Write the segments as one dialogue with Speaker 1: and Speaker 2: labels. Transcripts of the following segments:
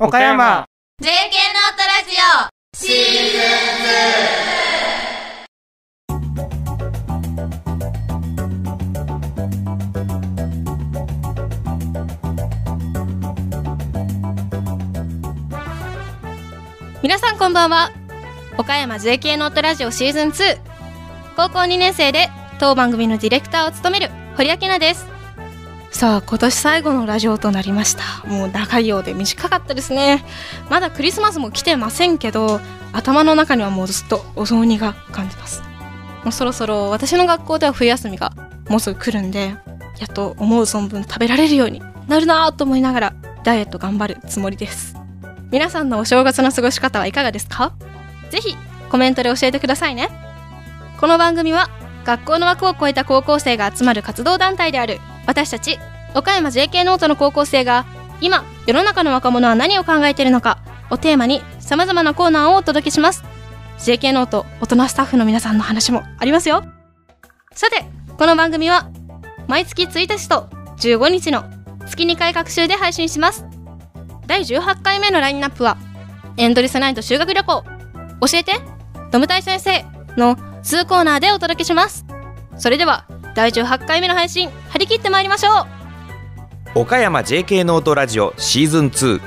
Speaker 1: 岡山
Speaker 2: JK ノートラジオシーズン2皆さんこんばんは岡山 JK ノートラジオシーズン2高校2年生で当番組のディレクターを務める堀明奈ですさあ今年最後のラジオとなりましたもう長いようで短かったですねまだクリスマスも来てませんけど頭の中にはもうずっとお雑煮が感じますもうそろそろ私の学校では冬休みがもうすぐ来るんでやっと思う存分食べられるようになるなぁと思いながらダイエット頑張るつもりです皆さんのお正月の過ごし方はいかがですかぜひコメントで教えてくださいねこの番組は学校の枠を超えた高校生が集まる活動団体である私たち岡山 JK ノートの高校生が今世の中の若者は何を考えているのかをテーマにさまざまなコーナーをお届けします JK ノート大人スタッフの皆さんの話もありますよさてこの番組は毎月1日と15日の月2回各週で配信します第18回目のラインナップはエンドレスナイト修学旅行教えてドムタイ先生の2コーナーでお届けしますそれでは第18回目の配信張り切ってまいりましょう
Speaker 1: 岡山 JK ノートラジオシーズン2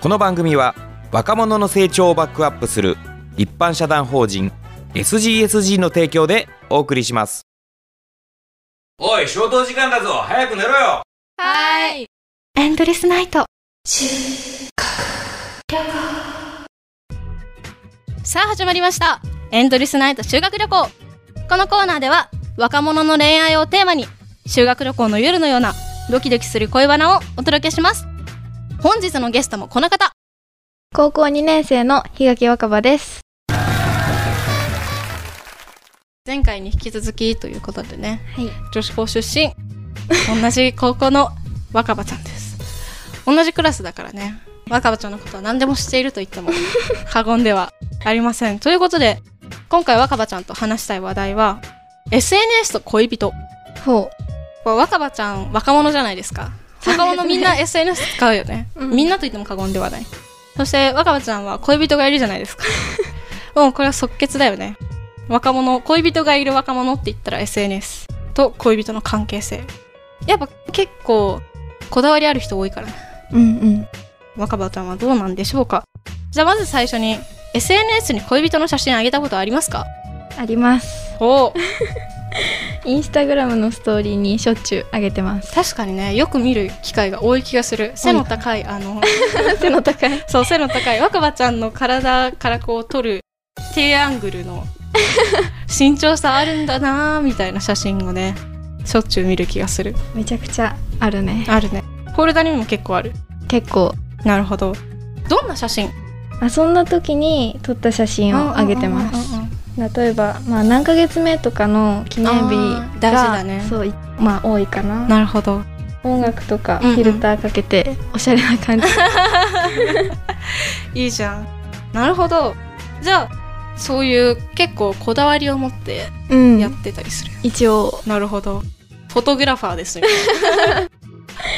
Speaker 1: この番組は若者の成長をバックアップする一般社団法人 SGSG の提供でお送りしますおい消灯時間だぞ早く寝ろよ
Speaker 2: はい。エンドレスナイト。さあ始まりました。エンドレスナイト修学旅行。このコーナーでは若者の恋愛をテーマに修学旅行の夜のようなドキドキする恋バナをお届けします。本日のゲストもこの方。
Speaker 3: 高校2年生の日垣若葉です。
Speaker 2: 前回に引き続きということでね、
Speaker 3: はい。
Speaker 2: 女子校出身。同じ高校の若葉ちゃんです。同じクラスだからね。若葉ちゃんのことは何でも知っていると言 っても過言ではありません。ということで、今回若葉ちゃんと話したい話題は、SNS と恋人。
Speaker 3: ほ
Speaker 2: これ若葉ちゃん若者じゃないですか。若者みんな SNS 使うよね。
Speaker 3: うん
Speaker 2: みんなと言っても過言ではない。そして若葉ちゃんは恋人がいるじゃないですか。 もうこれは即決だよね。若者、恋人がいる若者って言ったら SNS と恋人の関係性。やっぱ結構こだわりある人多いからね。
Speaker 3: う。うんうん。
Speaker 2: 若葉ちゃんはどうなんでしょうか。じゃあまず最初に SNS に恋人の写真あげたことありますか
Speaker 3: あります。
Speaker 2: おお
Speaker 3: インスタグラムのストーリーにしょっちゅうあげてます。
Speaker 2: 確かにね、よく見る機会が多い気がする。背の高い、あの、
Speaker 3: 背の高い。
Speaker 2: そう背の高い若葉ちゃんの体からこう撮る低アングル の身長差あるんだなーみたいな写真をねしょっちゅう見る気がする
Speaker 3: めちゃくちゃあるね。
Speaker 2: あるねフォルダにも結構ある
Speaker 3: 結構。
Speaker 2: なるほどどんな写真
Speaker 3: 遊んだ時に撮った写真をあげてます。
Speaker 2: うんうんうんうん
Speaker 3: 例えば、まあ何ヶ月目とかの記念日
Speaker 2: あー
Speaker 3: が
Speaker 2: 大事だね
Speaker 3: そうい、まあ多いかな。
Speaker 2: なるほど
Speaker 3: 音楽とか
Speaker 2: うんうん
Speaker 3: フィルターかけておしゃれな感じ。
Speaker 2: いいじゃんなるほどじゃあそういう結構こだわりを持って
Speaker 3: うん
Speaker 2: やってたりする、
Speaker 3: 一応。
Speaker 2: なるほどフォトグラファー ですね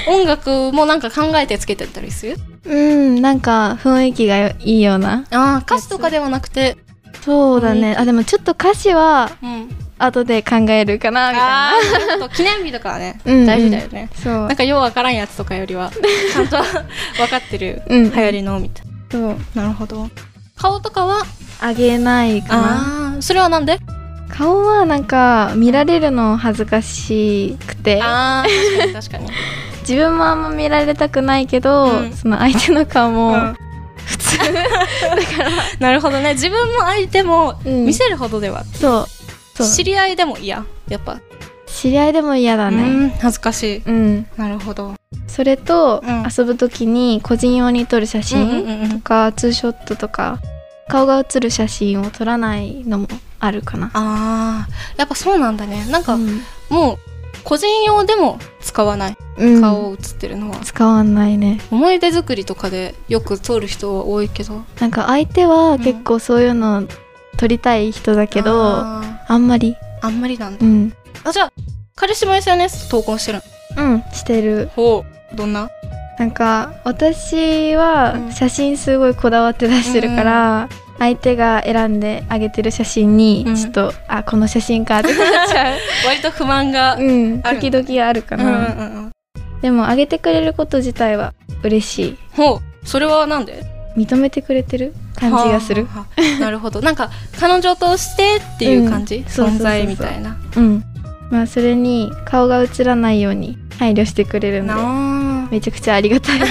Speaker 2: 音楽もなんか考えてつけてたりする
Speaker 3: うん、なんか雰囲気がいいような。
Speaker 2: ああ歌詞とかではなくて
Speaker 3: そうだね。あ、でもちょっと歌詞は
Speaker 2: うん
Speaker 3: 後で考えるかなみたいな。
Speaker 2: あーなるほど記念日とかはね
Speaker 3: うんうん
Speaker 2: 大事だよね、
Speaker 3: そう
Speaker 2: なんかようわからんやつとかより はちゃんと分かってる
Speaker 3: うん
Speaker 2: 流行りのみたい
Speaker 3: そう
Speaker 2: ななるほど顔とかは
Speaker 3: あげないかな
Speaker 2: ああそれはなんで
Speaker 3: 顔はなんか見られるの恥ずかしくて
Speaker 2: ああ確かに確かに
Speaker 3: 自分もあんま見られたくないけど、
Speaker 2: うん
Speaker 3: その相手の顔も、
Speaker 2: うん なるほどね自分も相手も
Speaker 3: うん
Speaker 2: 見せるほどでは、
Speaker 3: そうそう
Speaker 2: 知り合いでも嫌やっぱ
Speaker 3: 知り合いでも嫌だね
Speaker 2: うん恥ずかしい
Speaker 3: うん、
Speaker 2: なるほど
Speaker 3: それと、
Speaker 2: うん
Speaker 3: 遊ぶ時に個人用に撮る写
Speaker 2: うん
Speaker 3: 真
Speaker 2: うんうんう
Speaker 3: と
Speaker 2: ん
Speaker 3: か、ツーショットとか顔が写る写真を撮らないのもあるかな
Speaker 2: あーやっぱそうなんだねなんか、
Speaker 3: うん
Speaker 2: もう個人用でも使わない
Speaker 3: うん
Speaker 2: 顔を写ってるのは、
Speaker 3: 使わないね
Speaker 2: 思い出作りとかでよく撮る人は多いけど
Speaker 3: なんか相手は結構そういうの撮りたい人だけど、
Speaker 2: あ
Speaker 3: あんまり
Speaker 2: ーあんまりなんだ
Speaker 3: うん
Speaker 2: あじゃあ彼氏も SNS 投稿してる
Speaker 3: うんしてる
Speaker 2: ほうどんな
Speaker 3: なんか私は写真すごいこだわって出してるから、相手が選んであげてる写真に
Speaker 2: うん
Speaker 3: ちょっと、あこの写真 かってなっちゃう
Speaker 2: 割と不満が、うん
Speaker 3: うん
Speaker 2: ある
Speaker 3: 時々あるか
Speaker 2: うんう
Speaker 3: な、
Speaker 2: ん、
Speaker 3: でもあげてくれること自体は嬉しい
Speaker 2: ほうそれはなんで
Speaker 3: 認めてくれてる感じがする
Speaker 2: はあはあなるほどなんか彼女としてっていう感じ、
Speaker 3: うんそうそうそうそう
Speaker 2: 存在みたいな
Speaker 3: うんまあそれに顔が映らないように配慮してくれるんで
Speaker 2: なあ
Speaker 3: めちゃくちゃありがたい
Speaker 2: や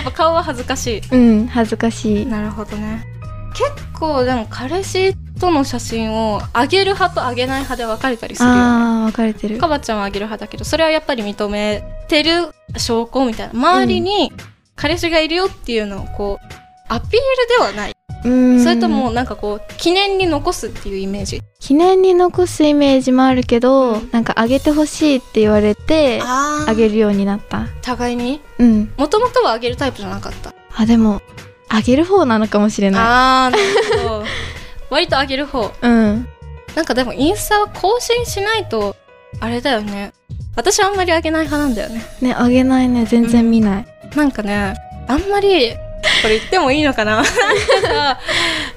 Speaker 2: っぱ顔は恥ずかし
Speaker 3: うん恥ずかし
Speaker 2: い
Speaker 3: い
Speaker 2: なるほどね結構でも彼氏との写真を上げる派と上げない派で分かれたりするよね
Speaker 3: ああー分かれてる
Speaker 2: かばちゃんは上げる派だけどそれはやっぱり認めてる証拠みたいな周りに彼氏がいるよっていうのをこうアピールではな
Speaker 3: うん
Speaker 2: い、それともなんかこう記念に残すっていうイメージ
Speaker 3: 記念に残すイメージもあるけど、なんかあげてほしいって言われて
Speaker 2: あ
Speaker 3: あげるようになった
Speaker 2: 互いに
Speaker 3: うん
Speaker 2: もともとは上げるタイプじゃなかった
Speaker 3: あでもあげる方なのかもしれな
Speaker 2: あーなる ほど割と上げる方
Speaker 3: いうん
Speaker 2: なんかでもインスタは更新しないとあれだよね私あんまり上げない派なんだよね
Speaker 3: ねあげないね全然見ない、
Speaker 2: なんかねあんまりこれ言ってもいいのか ななんか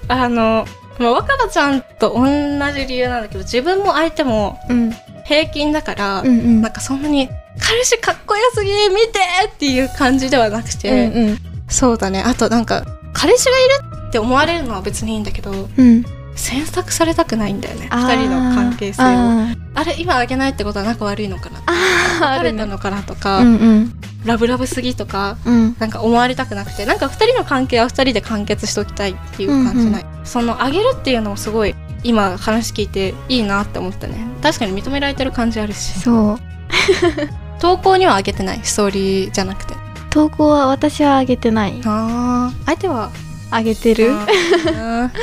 Speaker 2: あの、まあ、若葉ちゃんと同じ理由なんだけど自分も相手も
Speaker 3: うん、
Speaker 2: 平均だから、
Speaker 3: うんうん
Speaker 2: なんかそんなに彼氏かっこよすぎ見てっていう感じではなくて、
Speaker 3: うんうん
Speaker 2: そうだねあとなんか彼氏がいるって思われるのは別にいいんだけど
Speaker 3: うん
Speaker 2: 詮索されたくないんだよね
Speaker 3: あー
Speaker 2: 二人の関係性をあ
Speaker 3: あー
Speaker 2: れ今あげないってことは仲悪いのかな
Speaker 3: あーあ
Speaker 2: 別れ
Speaker 3: る
Speaker 2: た
Speaker 3: ね
Speaker 2: のかなとか、
Speaker 3: うんうん
Speaker 2: ラブラブすぎとか
Speaker 3: うん
Speaker 2: なんか思われたくなくてなんか二人の関係は二人で完結しておきたいっていう感じない、そのあげるっていうのもすごい今話聞いていいなって思ったね確かに認められてる感じあるし
Speaker 3: そう
Speaker 2: 投稿にはあげてないストーリーじゃなくて
Speaker 3: 投稿は私はあげてない
Speaker 2: あー相手は
Speaker 3: あげてる
Speaker 2: あー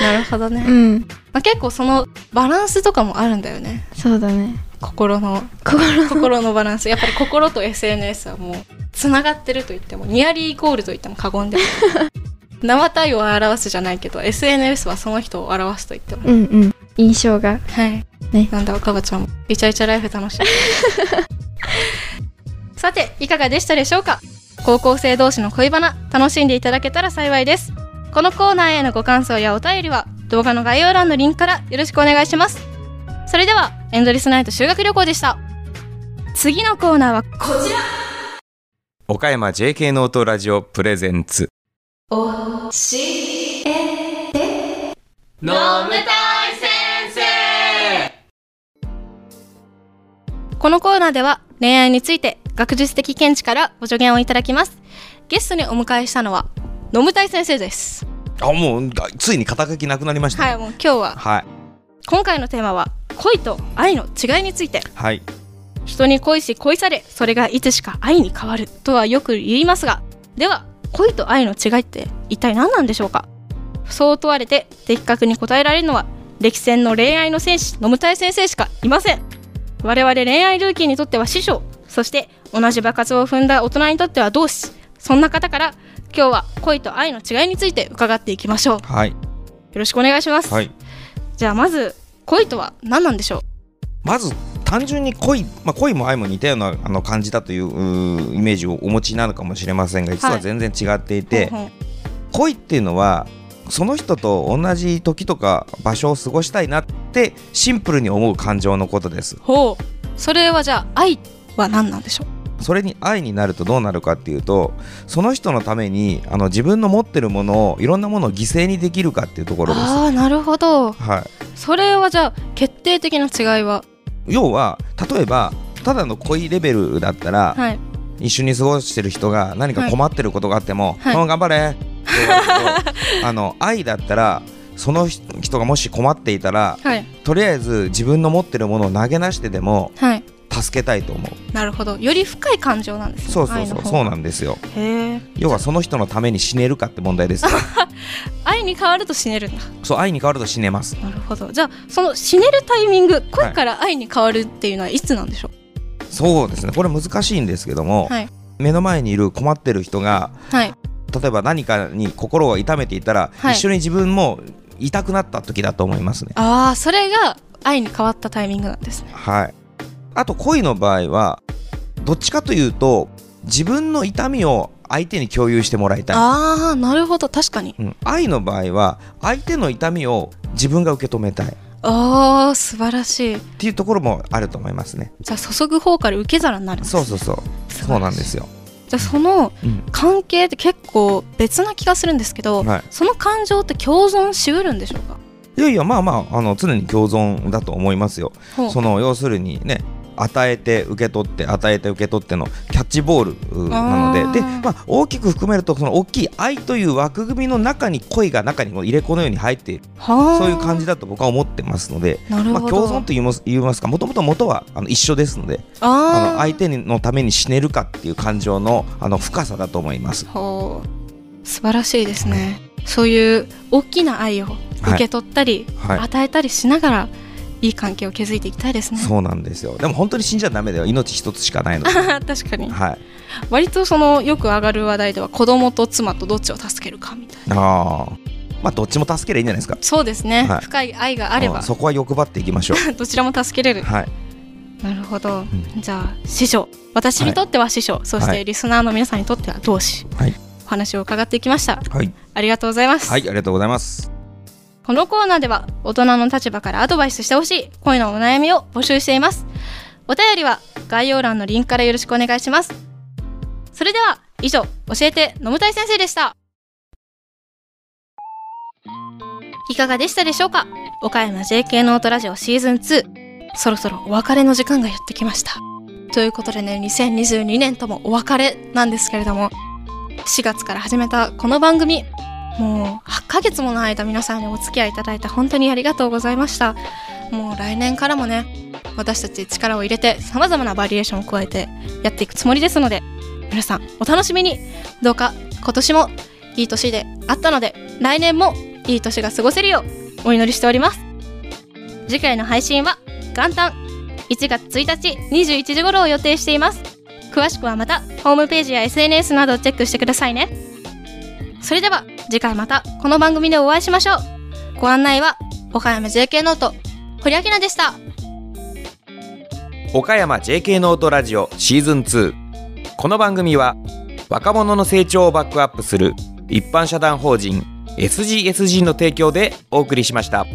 Speaker 2: なるほどね、
Speaker 3: うん
Speaker 2: まあ、結構そのバランスとかもあるんだよね
Speaker 3: そうだね
Speaker 2: 心の
Speaker 3: 心
Speaker 2: 心のバランスやっぱり心と SNS はもうつながってると言ってもニアリーイコールと言っても過言では ない生体を表すじゃないけど SNS はその人を表すと言っても、
Speaker 3: うんうん印象が
Speaker 2: はい、
Speaker 3: ね
Speaker 2: なんだ若葉ちゃんもイチャイチャライフ 楽しいさていかがでしたでしょうか高校生同士の恋バナ楽しんでいただけたら幸いですこのコーナーへのご感想やお便りは動画の概要欄のリンクからよろしくお願いしますそれではエンドレスナイト修学旅行でした次のコーナーは
Speaker 1: 岡山 JK ノートラジオプレゼンツ
Speaker 2: このコーナーでは恋愛について学術的見地からご助言をいただきますゲストにお迎えしたのは野村大先生です
Speaker 1: あもうだついに肩書きなくなりました
Speaker 2: は
Speaker 1: ね
Speaker 2: いもう今日は
Speaker 1: はい
Speaker 2: 今回のテーマは恋と愛の違いについて
Speaker 1: はい
Speaker 2: 人に恋し恋されそれがいつしか愛に変わるとはよく言いますがでは恋と愛の違いって一体何なんでしょうかそう問われて的確に答えられるのは歴戦の恋愛の戦士野村大先生しかいません我々恋愛ルーキーにとっては師匠そして同じ場数を踏んだ大人にとっては同志そんな方から今日は恋と愛の違いについて伺っていきましょうよ
Speaker 1: はい
Speaker 2: ろしくお願いします、
Speaker 1: はい
Speaker 2: じゃあまず恋とは何なんでしょう
Speaker 1: まず単純に恋、まあ、恋も愛も似たようなあの感じだといううーイメージをお持ちなのかもしれませんが実は全然違っていて、
Speaker 2: ほんほん
Speaker 1: 恋っていうのはその人と同じ時とか場所を過ごしたいなってシンプルに思う感情のことです
Speaker 2: ほうそれはじゃあ愛は何なんでしょう
Speaker 1: それに愛になるとどうなるかっていうとその人のためにあの自分の持ってるものをいろんなものを犠牲にできるかっていうところです
Speaker 2: ああなるほど
Speaker 1: は
Speaker 2: それはじゃあ決定的な違いは、
Speaker 1: い、要は例えばただの恋レベルだったら、
Speaker 2: はい、
Speaker 1: 一緒に過ごしてる人が何か困ってることがあっても「
Speaker 2: はい
Speaker 1: うん頑張れ」って言われる とあの愛だったらその人がもし困っていたら
Speaker 2: はい
Speaker 1: とりあえず自分の持ってるものを投げ出してでも
Speaker 2: はい
Speaker 1: 助けたいと思う
Speaker 2: なるほどより深い感情なんですね
Speaker 1: そうそう
Speaker 2: 愛
Speaker 1: そ
Speaker 2: の
Speaker 1: う
Speaker 2: 方
Speaker 1: そうなんですよ
Speaker 2: へえ
Speaker 1: 要はその人のために死ねるかって問 題ですよ
Speaker 2: 愛に変わると死ねるんだ
Speaker 1: そう愛に変わると死ねます
Speaker 2: なるほどじゃあその死ねるタイミング恋から愛に変わるっていうのはいつなんでしょ
Speaker 1: そうですねこれ難しいんですけども、
Speaker 2: はい
Speaker 1: 目の前にいる困ってる人が
Speaker 2: うはい
Speaker 1: 例えば何かに心を痛めていたら、
Speaker 2: はい
Speaker 1: 一緒に自分も痛くなった時だと思いますね
Speaker 2: ああそれが愛に変わったタイミングなんですね
Speaker 1: はいあと恋の場合はどっちかというと自分の痛みを相手に共有してもらいたい、
Speaker 2: ああなるほど確かに
Speaker 1: うん、愛の場合は相手の痛みを自分が受け止めたいっ
Speaker 2: ああ素晴らしい
Speaker 1: ていうところもあると思いますね
Speaker 2: じゃあ注ぐ方から受け皿になるんです
Speaker 1: そうそうそう
Speaker 2: 素晴らしい
Speaker 1: そうなんですよ、
Speaker 2: じゃあその
Speaker 1: うん
Speaker 2: 関係って結構別な気がするんですけど、
Speaker 1: はい、
Speaker 2: その感情って共存しうるんでしょうか
Speaker 1: いやいやまあまああの常に共存だと思いますよ
Speaker 2: ほう
Speaker 1: その要するにね与えて受け取って与えて受け取ってのキャッチボールうーなのでで、
Speaker 2: あー
Speaker 1: まあ、大きく含めるとその大きい愛という枠組みの中に恋が中にこう入れ子のように入っている
Speaker 2: はあ
Speaker 1: そういう感じだと僕は思ってますので、
Speaker 2: なる
Speaker 1: まあ、
Speaker 2: ほど、
Speaker 1: 共存と言います言いますかもともと元はあの一緒ですので
Speaker 2: あ
Speaker 1: あの
Speaker 2: ー
Speaker 1: 相手のために死ねるかっていう感情のあの深さだと思います。
Speaker 2: ほう素晴らしいですねそういう大きな愛を受け取ったり、
Speaker 1: はいはい
Speaker 2: 与えたりしながらいい関係を築いていきたいですね
Speaker 1: そうなんですよでも本当に死んじゃダメだよ命一つしかないので、
Speaker 2: 確かに
Speaker 1: はい、
Speaker 2: 割とそのよく上がる話題では子供と妻とどっちを助けるかみたいな
Speaker 1: あーまあどっちも助けりゃいいんじゃないですか
Speaker 2: そうですね、
Speaker 1: はい
Speaker 2: 深い愛があれば
Speaker 1: うんそこは欲張っていきましょ
Speaker 2: どちらも助けれ
Speaker 1: う
Speaker 2: る
Speaker 1: はい
Speaker 2: なるほど、じゃあ師匠私にとっては師匠、そし
Speaker 1: は
Speaker 2: て
Speaker 1: い
Speaker 2: リスナーの皆さんにとっては同志、
Speaker 1: はい
Speaker 2: お話を伺っていきました
Speaker 1: はい、
Speaker 2: ありがとうございます、
Speaker 1: はい、ありがとうございます
Speaker 2: このコーナーでは大人の立場からアドバイスしてほしい恋のお悩みを募集していますお便りは概要欄のリンクからよろしくお願いしますそれでは以上教えて飲むたい先生でしたいかがでしたでしょうか岡山 JK ノートラジオシーズン2そろそろお別れの時間がやってきましたということでね2022年ともお別れなんですけれども4月から始めたこの番組もう8ヶ月もの間皆さんにお付き合いいただいて本当にありがとうございましたもう来年からもね私たち力を入れてさまざまなバリエーションを加えてやっていくつもりですので皆さんお楽しみにどうか今年もいい年であったので来年もいい年が過ごせるようお祈りしております次回の配信は元旦1月1日21時頃を予定しています詳しくはまたホームページや SNS などをチェックしてくださいねそれでは次回またこの番組でお会いしましょうご案内は岡山 JK ノート堀明奈でした
Speaker 1: 岡山 JK ノートラジオシーズン2この番組は若者の成長をバックアップする一般社団法人 SGSG の提供でお送りしました。